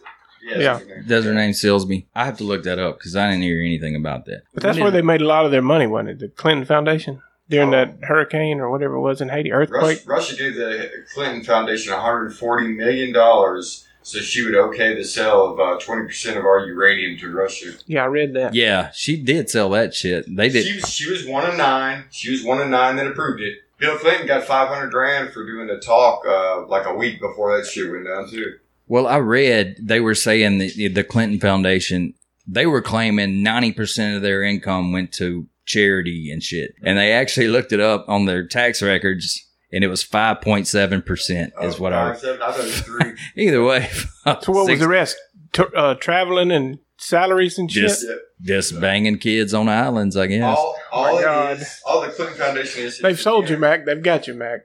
Yeah.
Does her name Silsby? I have to look that up because I didn't hear anything about that.
But that's where they made a lot of their money, wasn't it? The Clinton Foundation during that hurricane or whatever it was in Haiti, earthquake.
Russia, Russia gave the Clinton Foundation 140 million dollars so she would okay the sale of uh, 20% of our uranium to Russia.
Yeah, I read that.
Yeah, she did sell that shit. They did.
She was, she was one of nine. She was one of nine that approved it. Bill Clinton got 500 grand for doing the talk uh, like a week before that shit went down too.
Well, I read they were saying that the Clinton Foundation they were claiming ninety percent of their income went to charity and shit, and they actually looked it up on their tax records, and it was five point seven percent is
Oh,
what
five,
I.
seven, I thought it was three.
Either way,
So what was
six-
the rest? T- uh, traveling and salaries and shit.
Just- just banging kids on islands, I guess.
All, all,
Oh My
it
God.
is- all the Clinton Foundation is.
They've sold you, Mac. They've got you, Mac.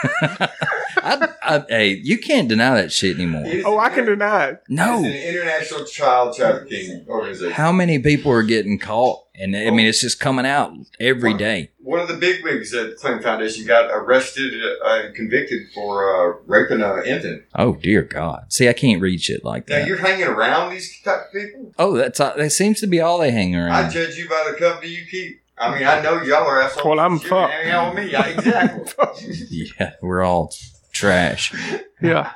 I, I, hey, you can't deny that shit anymore.
It's
Oh, I can
an-
deny it.
It's an
No.
international child trafficking organization.
How many people are getting caught? And I mean, it's just coming out every day.
One of the bigwigs at the Clinton Foundation got arrested uh, and convicted for uh, raping an infant.
Oh dear God! See, I can't read shit like
Now
that.
you're hanging around these type of people.
Oh, that's that seems to be all they hang
I
around.
judge you by the company you keep. I mean, I know y'all are assholes.
Well, I'm
Shit,
fucked.
Hang out with me, Yeah, exactly.
Yeah, we're all trash.
Yeah.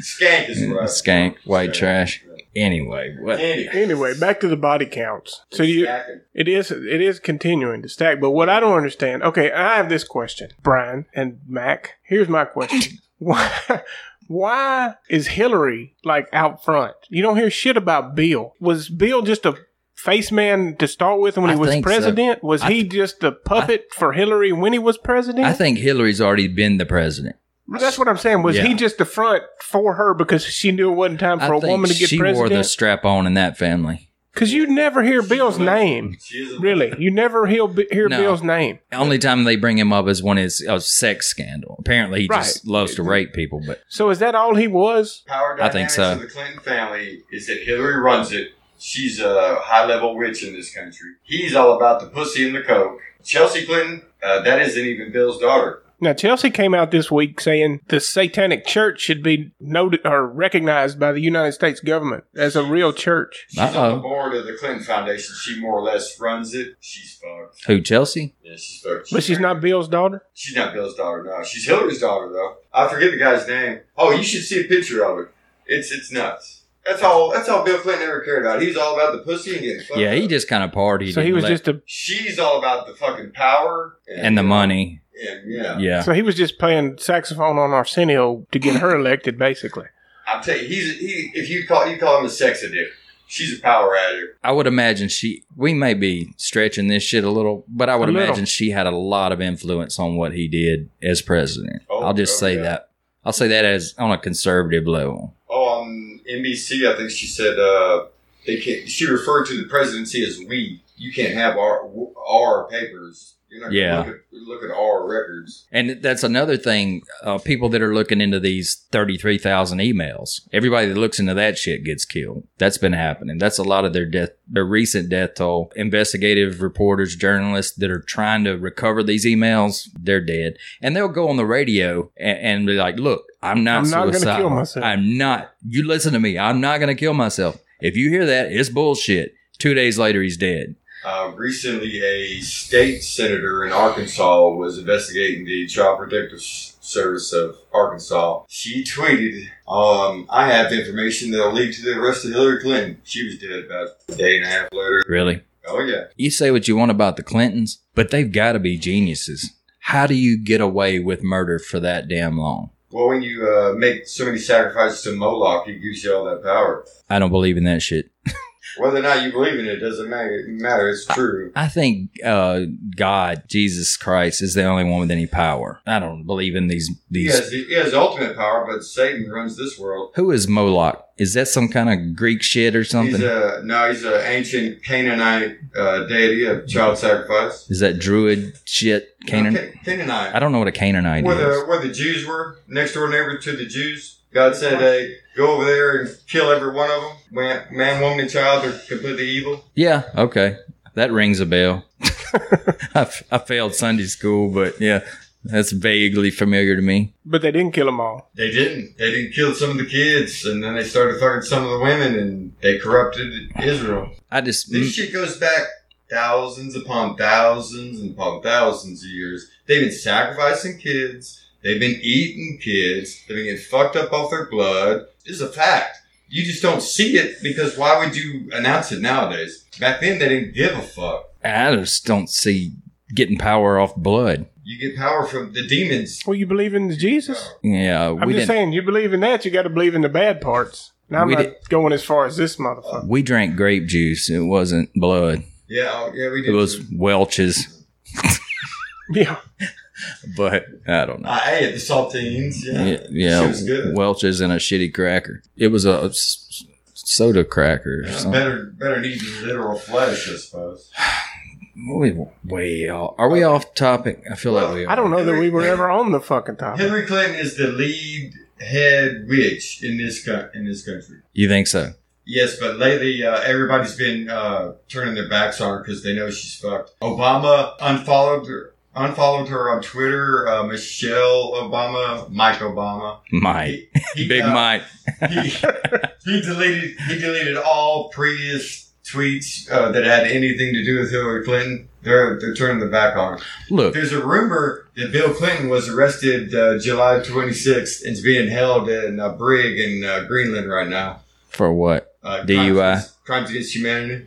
Skank is what I
Skank, white trash. Anyway, what?
Anyway,
Anyway, back to the body counts. So you,
Skanking.
It is it is continuing to stack, but what I don't understand. Okay, I have this question, Brian and Mac. Here's my question: Why why is Hillary like out front? You don't hear shit about Bill. Was Bill just a face man to start with when
I
he was
think so.
president? Was
I
he just a puppet for Hillary when he was president?
I think Hillary's already been the president.
That's what I'm saying. Was
Yeah.
he just the front for her because she knew it wasn't time for
I
a
think
woman to get
she wore the
president?
strap on in that family.
Because you never hear
She's
Bill's
a-
name.
She is a-
Really, you never hear, hear
No.
Bill's name.
Only time they bring him up is when it's a sex scandal. Apparently, he just
Right.
loves to rape people. But
So is that all he was?
Power
I
dynamics
think so.
of the Clinton family is that Hillary runs it. She's a high level witch in this country. He's all about the pussy and the coke. Chelsea Clinton, uh, that isn't even Bill's daughter.
Now Chelsea came out this week saying the Satanic Church should be noted or recognized by the United States government as a real church.
She's on
Uh-oh.
the board of the Clinton Foundation. She more or less runs it. She's fucked.
who, Chelsea?
Yeah, she's fucked.
But she's not Bill's daughter.
She's not Bill's daughter. No, she's Hillary's daughter though. I forget the guy's name. Oh, you should see a picture of it. It's it's nuts. That's all. That's all Bill Clinton ever cared about. He was all about the pussy and getting fucked.
Yeah, he
up.
just kind of partied.
so he
and
was
let-
just a
She's all about the fucking power uh,
and the money.
And yeah,
Yeah.
so he was just playing saxophone on Arsenio to get her elected, basically.
I'm telling you, he's he. If you call you call him a sex addict, she's a power addict.
I would imagine she. We may be stretching this shit a little, but I would
A little.
imagine she had a lot of influence on what he did as president.
Oh,
I'll just
oh,
say
yeah.
that. I'll say that as on a conservative level.
Oh, on NBC, I think she said uh, they can't. She referred to the presidency as we. You can't have our our papers. You're not gonna
Yeah.
look, at, look at our records.
And that's another thing. Uh, people that are looking into these thirty-three thousand emails, everybody that looks into that shit gets killed. That's been happening. That's a lot of their death, their recent death toll. Investigative reporters, journalists that are trying to recover these emails, they're dead. And they'll go on the radio and, and be like, "Look, I'm not
I'm not gonna
suicidal.
kill myself."
I'm not. You listen to me. I'm not going to kill myself. If you hear that, it's bullshit." Two days later, he's dead.
Uh, recently, a state senator in Arkansas was investigating the Child Protective S- Service of Arkansas. She tweeted, um, "I have information that'll lead to the arrest of Hillary Clinton." She was dead about a day and a half later.
Really.
Oh yeah.
You say what you want about the Clintons, but they've got to be geniuses. How do you get away with murder for that damn long?
Well, when you uh, make so many sacrifices to Moloch, he gives you all that power.
I don't believe in that shit.
Whether or not you believe in it doesn't matter. matter. It's true.
I think uh, God, Jesus Christ, is the only one with any power. I don't believe in these.
He
These.
has, he has ultimate power, but Satan runs this world.
Who is Moloch? Is that some kind of Greek shit or something?
He's a no. He's an ancient Canaanite uh, deity of child sacrifice.
is that Druid shit? Canaan?
Ca- Canaanite.
I don't know what a Canaanite
where
is.
the where the Jews were, next door neighbor to the Jews. God said, "Hey, go over there and kill every one of them. Man, man woman, and child are completely evil."
Yeah. Okay. That rings a bell. I, f- I failed Sunday school, but yeah, That's vaguely familiar to me.
But they didn't kill them all.
They didn't. They didn't kill some of the kids, and then they started fucking some of the women, and they corrupted Israel.
I just
This shit goes back thousands upon thousands and upon thousands of years. They've been sacrificing kids. They've been eating kids. They've been getting fucked up off their blood. This is a fact. You just don't see it because why would you announce it nowadays? Back then, they didn't give a fuck.
I just don't see getting power off blood.
You get power from the demons.
Well, you believe in Jesus?
Yeah,
I'm
we
just
didn't.
saying, you believe in that, you got to believe in the bad parts. Now I'm
We
not
did-
going as far as this motherfucker.
We drank grape juice. It wasn't blood.
Yeah, oh, yeah, we did.
It was Welch's,
Yeah,
but I don't know.
I ate the saltines. Yeah,
Yeah,
Shit
yeah
was good.
Welch's and a shitty cracker. It was a s- soda cracker. Or
It's
something.
better, better than eating literal flesh, I suppose.
We way off. Are we off topic? I feel like we are.
I don't know that we were ever on the fucking topic.
Hillary Clinton is the lead head witch in this co- in this country.
You think so?
Yes, but lately uh, everybody's been uh, turning their backs on her because they know she's fucked. Obama unfollowed her. Unfollowed her on Twitter. Uh, Michelle Obama, Mike Obama,
Mike. Big
uh,
Mike.
he, he deleted he deleted all previous tweets uh, that had anything to do with Hillary Clinton. They're they're turning their back on her.
Look,
There's a rumor that Bill Clinton was arrested uh, July 26th and is being held in a brig in uh, Greenland right now.
for what?
Uh,
DUI.
Crimes against, crimes against humanity.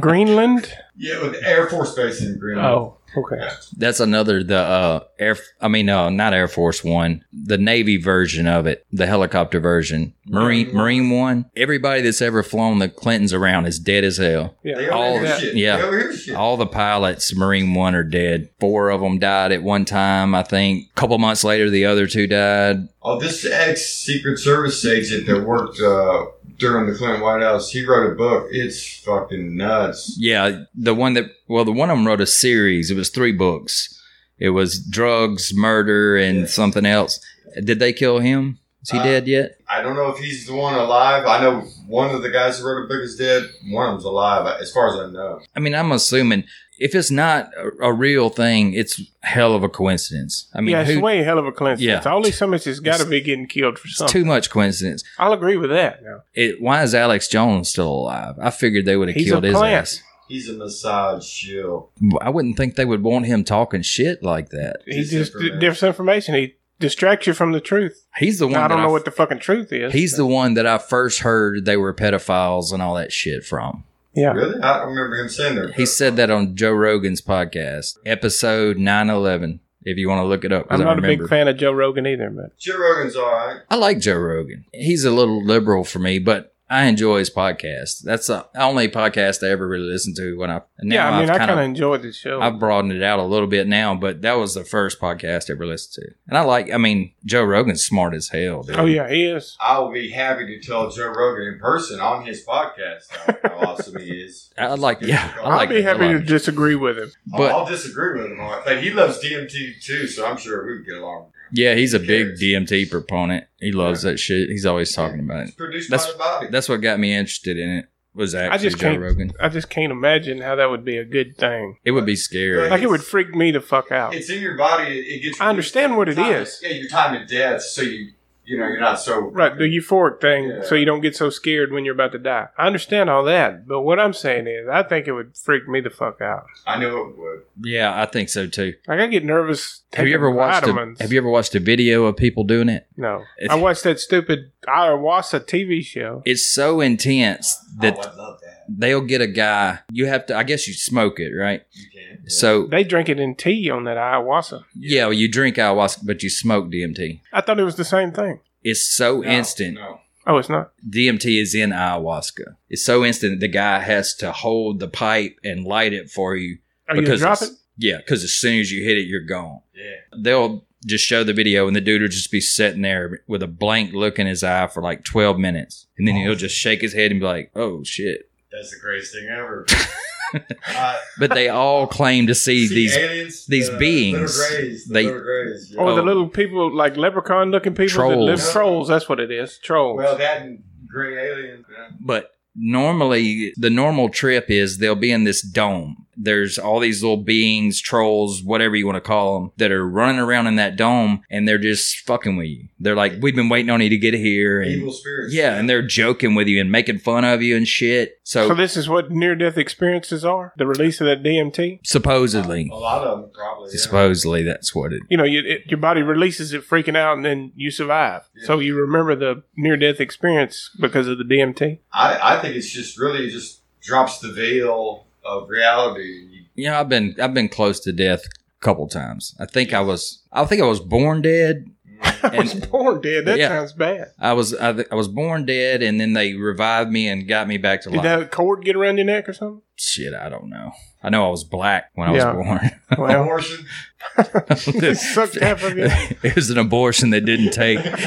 Greenland?
Yeah, with the Air Force Base in Greenland.
Oh, okay.
That's another the uh air I mean uh not Air Force 1, the Navy version of it, the helicopter version. Marine Marine 1. Everybody that's ever flown the Clintons around is dead as hell.
They
Yeah.
All
over here
that-
shit.
yeah.
They over here shit.
All the pilots Marine 1 are dead. 4 of them died at one time, I think. A couple months later the other two died.
Oh, this ex Secret Service agent that worked uh, during the Clinton White House, he wrote a book. It's fucking nuts.
Yeah, the one that well the one of them wrote a series. It was 3 books. It was drugs, murder and
Yeah.
something else. Did they kill him? Is he
Uh,
dead yet?
I don't know if he's the one alive. I know one of the guys who wrote a book is dead. One of them's alive, as far as I know.
I mean, I'm assuming if it's not a, a real thing, it's hell of a coincidence. I mean,
yeah, it's
who,
way hell of a coincidence.
Yeah.
All these summits has got to
It's-
be getting killed for
it's
something.
too much coincidence.
I'll agree with that. Now.
It, why is Alex Jones still alive? I figured they would have
He's
killed
a
his
plant.
ass.
He's a massage shill.
I wouldn't think they would want him talking shit like that.
He just
Disinformation.
disinformation. He distracts you from the truth.
He's the one.
I don't
that
know what the fucking truth is.
He's the one that I first heard they were pedophiles and all that shit from.
yeah.
Really? I don't remember him saying that.
He said that on Joe Rogan's podcast, episode 911. If you want to look it up, 'cause
I'm
I
not a
remember.
big fan of Joe Rogan either, but
Joe Rogan's all right.
I like Joe Rogan. He's a little liberal for me, but I enjoy his podcast. That's the only podcast I ever really listened to when I now
yeah, I mean,
I've
I kind of
kind of
enjoyed the show.
I've broadened it out a little bit now, but that was the first podcast I ever listened to. And I like I mean, Joe Rogan's smart as hell, dude.
oh yeah, he is.
I will be happy to tell Joe Rogan in person on his podcast how, how awesome he is.
I like yeah, I like
I'd be
the hell
happy
out
to
of it.
disagree with him.
But-
I'll, I'll disagree with him on it. But he loves DMT too, so I'm sure we would get along.
Yeah, he's a big
Cares.
DMT proponent. He loves that shit. He's always talking about
It's
it.
produced
That's-
by the body.
That's what got me interested in it. Was actually
just
Joe
can't-
Rogan.
I just can't imagine how that would be a good thing.
It would be scary.
Like it would freak me the fuck out.
It's in your body. It, it gets.
I understand what it
time-
is.
Yeah, your time to death, so you you know you're not so
Right, the euphoric thing,
Yeah.
so you don't get so scared when you're about to die. I understand all that, but what I'm saying is, I think it would freak me the fuck out.
I know it would.
Yeah, I think so too.
Like I get nervous.
Have you ever
taking
watched a,
vitamins.
Have you ever watched a video of people doing it?
No,
It's-
I watched that stupid Ayahuasca TV show.
it's so intense that
oh, I love that.
they'll get a guy. You have to, I guess, you smoke it, right?
You can.
So
They drink it in tea on that ayahuasca.
yeah, well, you drink ayahuasca, but you smoke DMT.
I thought it was the same thing.
It's so
No,
instant.
No.
Oh, it's not.
DMT is in ayahuasca. It's so instant. The guy has to hold the pipe and light it for you.
Are Oh, you gonna drop it?
it's- Yeah, because as soon as you hit it, you're gone.
Yeah.
They'll just show the video, and the dude will just be sitting there with a blank look in his eye for like 12 minutes. And then he'll just shake his head and be like, oh shit.
That's the greatest thing ever. uh,
But they all claim to see these
aliens,
these
the
beings,
Little grays, the
they-
little grays, yeah.
Or the
Oh.
little people, like leprechaun looking people that live
Trolls.
trolls. That's what it is. Trolls.
Well, that and gray alien. Yeah.
but normally the normal trip is they'll be in this dome there's all these little beings, trolls, whatever you want to call them, that are running around in that dome and they're just fucking with you. They're like, we've been waiting on you to get here. And,
Evil spirits.
yeah, and they're joking with you and making fun of you and shit. So,
So this is what near death experiences are. The release of that DMT.
supposedly,
A lot of them probably. Oh, yeah.
supposedly that's what it.
You know, you, it, your body releases it, freaking out, and then you survive.
Yeah.
So you remember the near death experience because of the DMT.
I, I think it's just really just drops the veil of reality. You
You know, I've been I've been close to death a couple times. I think I was I think I was born dead
I was
And-
born dead. That
Yeah.
sounds bad.
I was I, th- I was born dead, and then they revived me and got me back to
Did
life.
that cord get around your neck or something?
Shit, I don't know. I know I was black when
Yeah.
I was born.
Well,
abortion.
it sucked half of you.
it was an abortion they didn't take,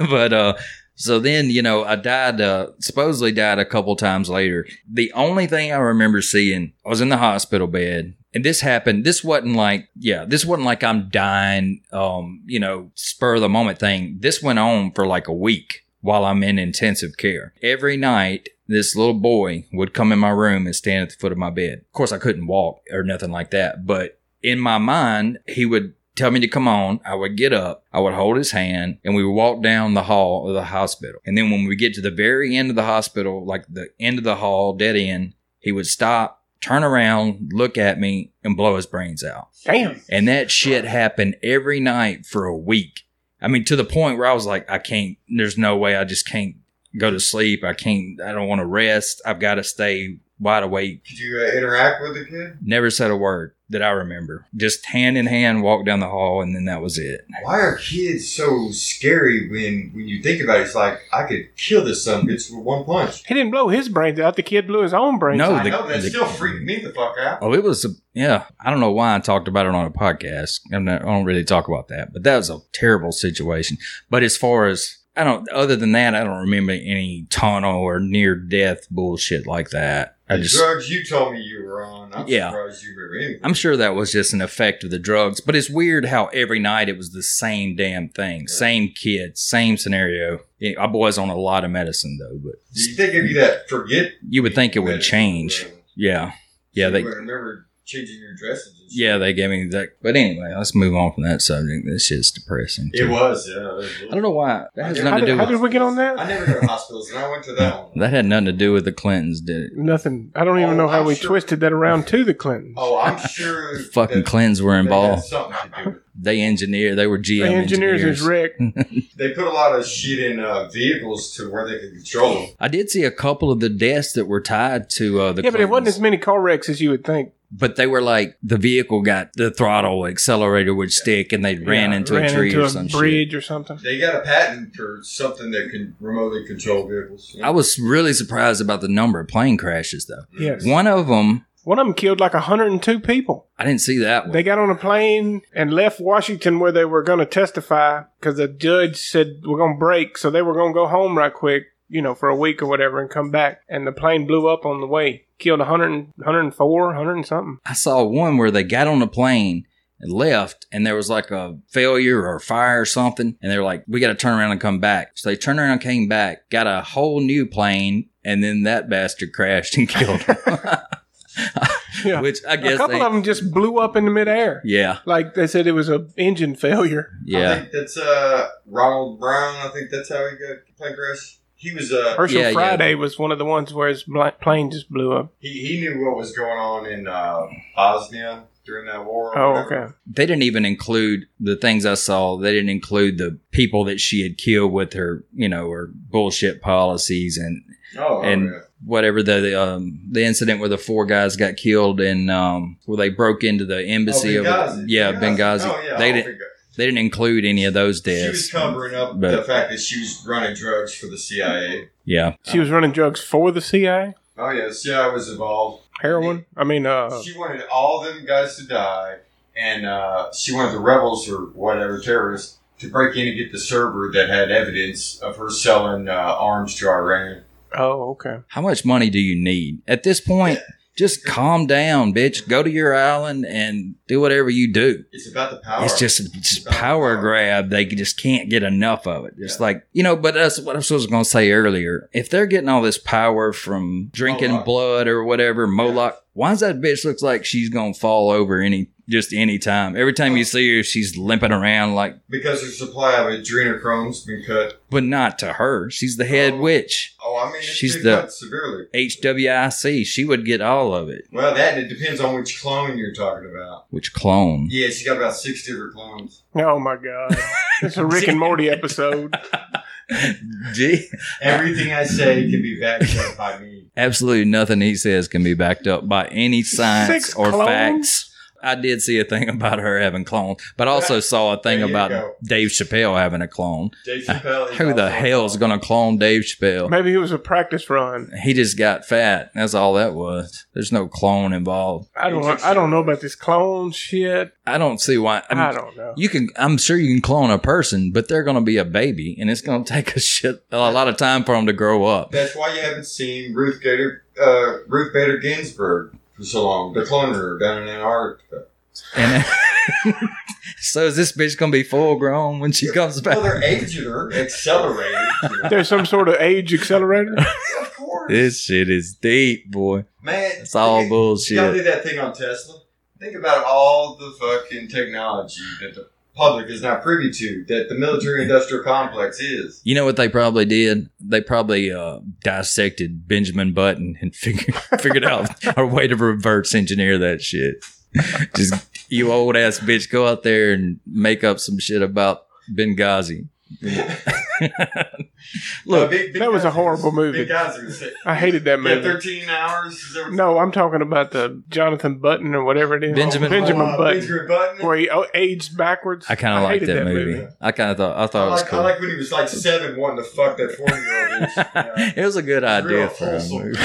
but uh. So then, you know, I died, uh, supposedly died a couple times later. The only thing I remember seeing, I was in the hospital bed and this happened. This wasn't like, yeah, this wasn't like I'm dying, um, you know, spur of the moment thing. This went on for like a week while I'm in intensive care. Every night, this little boy would come in my room and stand at the foot of my bed. Of course, I couldn't walk or nothing like that, but in my mind, he would tell me to come on. I would get up, I would hold his hand, and we would walk down the hall of the hospital. And then when we get to the very end of the hospital, like the end of the hall, dead end, he would stop, turn around, look at me, and blow his brains out.
Damn.
And that shit happened every night for a week. I mean, to the point where I was like, I can't, there's no way I just can't go to sleep. I can't, I don't want to rest. I've got to stay wide awake.
Did you uh, interact with the kid?
Never said a word that I remember. Just hand in hand, walked down the hall, and then that was it.
Why are kids so scary when when you think about it? It's like I could kill this son of a bitch with one punch.
He didn't blow his brains out. The kid blew his own brains
No.
out.
Oh,
I
the-
know that
the-
still freaked me the fuck out.
Oh, it was a, yeah. I don't know why I talked about it on a podcast. I'm not, I don't really talk about that, but that was a terrible situation. But as far as I don't, other than that, I don't remember any tunnel or near death bullshit like that. I
the
just,
drugs you told me you were on. I'm
Yeah.
surprised you remember anything.
I'm sure that was just an effect of the drugs. But it's weird how every night it was the same damn thing, same kid, same scenario. Yeah, I was on a lot of medicine though, but
Do you think if you that forget?
you would think it would change. Yeah, yeah.
you
They
would remember changing your dresses. And shit.
yeah they gave me that. But anyway, let's move on from that subject. This shit's depressing. too.
it was. Yeah,
I don't know why. That has
How
How
nothing to
did,
do
how
with
did we get on
I
that?
never go to hospitals, and I went to that one.
that had nothing to do with the Clintons, did it?
Nothing. I don't even
Oh,
know how
I'm
we
sure.
twisted that around to the Clintons.
Oh, I'm sure.
The fucking
that-
Clintons were
that had
involved.
Something to do with
They engineered. They were GM
the engineers
engineers.
is wrecked.
it. They put a lot of shit in uh, vehicles to where they could control them.
I did see a couple of the deaths that were tied to uh, the.
yeah, but it wasn't
Clintons.
as many car wrecks as you would think.
But they were like the vehicle got the throttle accelerator would stick, and they ran
Yeah,
into a tree
into
or
a
some shit.
bridge or something.
They got a patent for something that can remotely control vehicles.
I was really surprised about the number of plane crashes, though.
Yes.
One of them,
One of them killed like 102 people.
I didn't see that one.
They got on a plane and left Washington where they were going to testify because the judge said we're going to break, so they were going to go home right quick, you know, for a week or whatever, and come back. And the plane blew up on the way, killed 100, and- 104, 100 and something.
I saw one where they got on a plane and left, and there was like a failure or a fire or something, and they're like, "We got to turn around and come back." So they turned around, and came back, got a whole new plane, and then that bastard crashed and killed him.
Yeah.
Which I
A
guess
couple
they,
of them just blew up in the midair.
yeah,
Like they said, it was a engine failure.
I
yeah.
think that's uh, Ronald Brown. I think that's how he got plane crash. He was uh,
Herschel
Yeah, yeah.
Friday was one of the ones where his bl- plane just blew up.
he, he knew what was going on in uh, Bosnia during that war. or
Oh,
whatever.
okay.
They didn't even include the things I saw. They didn't include the people that she had killed with her, you know, her bullshit policies and
Oh,
And-
okay.
whatever the the, um, the incident where the four guys got killed and um, where they broke into the embassy
oh,
over
Benghazi.
yeah Benghazi.
Oh, yeah.
They
oh,
didn't
Benghazi.
they didn't include any of those
She was
deaths.
covering up
But-
the fact that she was running drugs for the CIA.
Yeah,
She was running drugs for the CIA,
Oh yeah, the CIA was involved.
heroin. I mean, uh,
she wanted all them guys to die, and uh, she wanted the rebels or whatever terrorists to break in and get the server that had evidence of her selling uh, arms to Iran.
oh, okay.
how much money do you need at this point? Just calm down, bitch. Go to your island and do whatever you do.
It's about the power.
It's just it's just power grab. They just can't get enough of it. It's like you know, but that's what I was going to say earlier. If they're getting all this power from drinking
Moloch.
blood or whatever Moloch, Why's that bitch looks like she's gonna fall over any just any time? Every time you see her, she's limping around like,
Because her supply of adrenochrome's been cut.
but not to her. She's the head
Oh.
witch.
Oh, I mean, it's
She's
been
the-
cut severely.
HWIC. She would get all of it.
Well, that and it depends on which clone you're talking about.
Which clone?
Yeah, she got about six different clones.
Oh my god, it's a Rick and Morty episode.
Gee,
Everything I say can be backed up by me.
absolutely nothing he says can be backed up by any science
Six
or
clones?
facts. I did see a thing about her having clones, but also saw a thing
There you
about
go.
Dave Chappelle having a clone.
Dave Chappelle. is
Who the
also-
hell's going to clone Dave Chappelle?
Maybe it was a practice run.
He just got fat. That's all that was. There's no clone involved.
I don't. I don't know about this clone shit.
I don't see why. I mean,
I don't know.
you can. I'm sure you can clone a person, but they're going to be a baby, and it's going to take a shit a lot of time for them to grow up.
That's why you haven't seen Ruth Gator, uh, Ruth Bader Ginsburg for so long. The cloner down in Antarctica.
And so is this bitch gonna be full grown when she comes back?
Well, they're aging her, accelerated. you know.
There's some sort of age accelerator.
Yeah, of course,
This shit is deep, boy.
man.
It's all
think- You gotta
bullshit.
do that thing on Tesla. Think about all the fucking technology that the public is not privy to, that the military-industrial complex is.
You know what they probably did? They probably uh, dissected Benjamin Button and figured figured out a way to reverse engineer that shit. Just you old ass bitch, go out there and make up some shit about Benghazi. Look,
Uh, Big- Big
that was a
Geyser
horrible movie.
Big Geyser was sick.
I hated that
Yeah,
movie.
thirteen hours. Is that what-
No, I'm talking about the Jonathan Button or whatever it is.
Benjamin-
Benjamin
uh,
Button,
Benjamin Button.
where he oh, aged backwards.
I kind of like
hated
that, movie.
movie.
I kind of thought I
I
thought it was
like,
cool.
I like when he was like seven, wanting to fuck that forty-year-old. Yeah.
it was a good idea
real
for a
wholesome.
movie.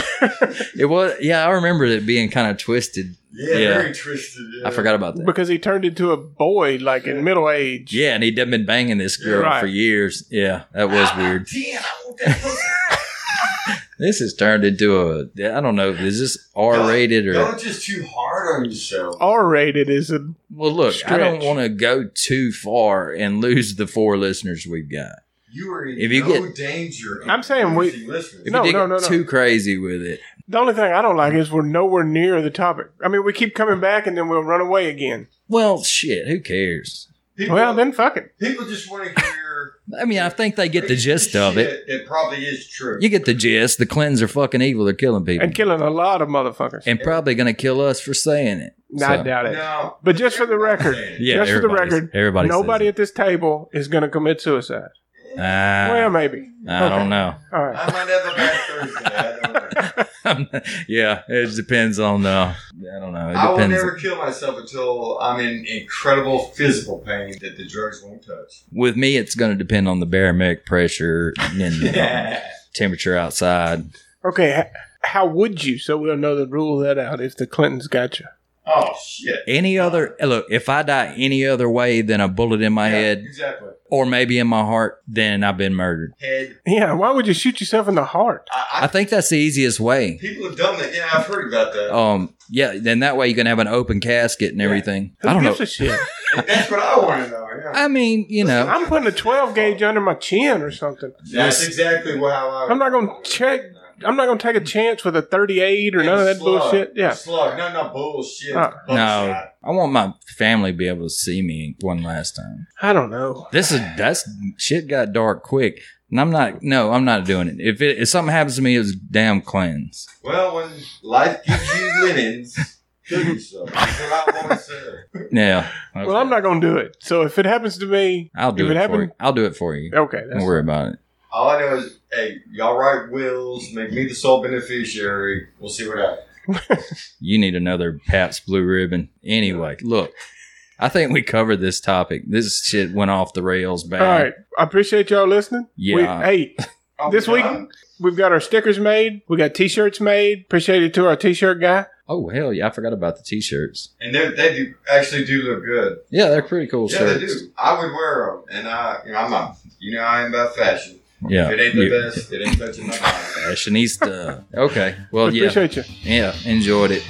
it was, yeah. I remember it being kind of twisted.
Yeah,
Yeah.
very twisted. Yeah.
I forgot about that.
because he turned into a boy like in middle age.
Yeah, and he'd done been banging this girl
Right. Ah.
for years. Yeah, that was
I'm
weird.
Ten, Ah, I want that pussy.
This has turned into a. I don't know. Is this R rated or?
Y'all just too hard on yourself.
Oh.
R rated is a
Well, look, I
Stretch.
don't want to go too far and lose the four listeners we've got.
You are in
If you
no danger. of
I'm saying we-
losing listeners.
If
No,
you did
no,
get
no, no.
too crazy with it,
The only thing I don't like is we're nowhere near the topic. I mean, we keep coming back and then we'll run away again.
well, shit, who cares?
people,
Well, then fuck it.
people just want to hear.
I mean, I think they get the gist of it.
Shit that probably is true.
You get the gist. The cleanser fucking evil. They're killing people.
And killing a lot of motherfuckers.
and probably going to kill us for saying it.
No, I
So-
doubt it.
no,
But just for the record,
Yeah,
Just for the
everybody's-
record,
everybody. says
nobody
it.
at this table is going to commit suicide.
Ah,
well, maybe.
I
okay.
don't know.
All right.
I might have a bad Thursday. I don't know.
yeah, it depends on. Uh, I don't know. It
I will
depends.
never kill myself until I'm in incredible physical pain that the drugs won't touch.
With me, it's going to depend on the barometric pressure and then, um,
Yeah.
temperature outside.
Okay. h- How would you? So we'll know to rule that out if the Clintons got you.
Oh shit.
Any other look? If I die any other way than a bullet in my
Yeah,
head,
Exactly.
or maybe in my heart, then I've been murdered.
Head.
Yeah. Why would you shoot yourself in the heart?
I
I,
think that's the easiest
I,
way.
people have done that. Yeah, I've heard about that.
Um, yeah. Then that way you can have an open casket and
Yeah.
everything.
Who
I don't know.
gives a shit?
And That's what I want to know. Yeah.
Oh. I mean, you know.
I'm putting a 12 gauge under my chin or something.
That's exactly how I.
I'm not gonna check- I'm not going to take a chance with a 38 or none of that bullshit. Yeah.
Slug. No, no bullshit.
Uh,
No,
Buckshot.
I want my family to be able to see me one last time.
I don't know.
This is that's shit got dark quick, and I'm not. No, I'm not doing it. If it, if something happens to me, it was damn cleanse.
Well, when life gives you lemons, kill yourself. That's what I want to say.
Yeah. okay.
Well, I'm not going to do it. So if it happens to me,
I'll do
if
it,
it
for
happened-
you. I'll do it for you.
okay.
Don't
That's,
worry about it.
All I know is, hey, y'all write wills, make me the sole beneficiary. We'll see what happens.
You need another Pabst Blue Ribbon. Anyway, look, I think we covered this topic. This shit went off the rails bad.
all right. I appreciate y'all listening. We,
Yeah.
hey,
Are we
This week-
done?
we've got our stickers made. We got t-shirts made. Appreciate it to our t-shirt guy.
Oh hell yeah! I forgot about the t-shirts.
and they, they do, actually do look good.
Yeah, they're pretty cool
yeah,
shirts.
they do. I would wear them, and I, you know, I'm not, you know, I ain't about fashion.
Yeah.
If it ain't the
You-
best, it ain't touching my body.
Fashionista. Okay. Well,
We
yeah,
Appreciate you.
yeah. Enjoyed it.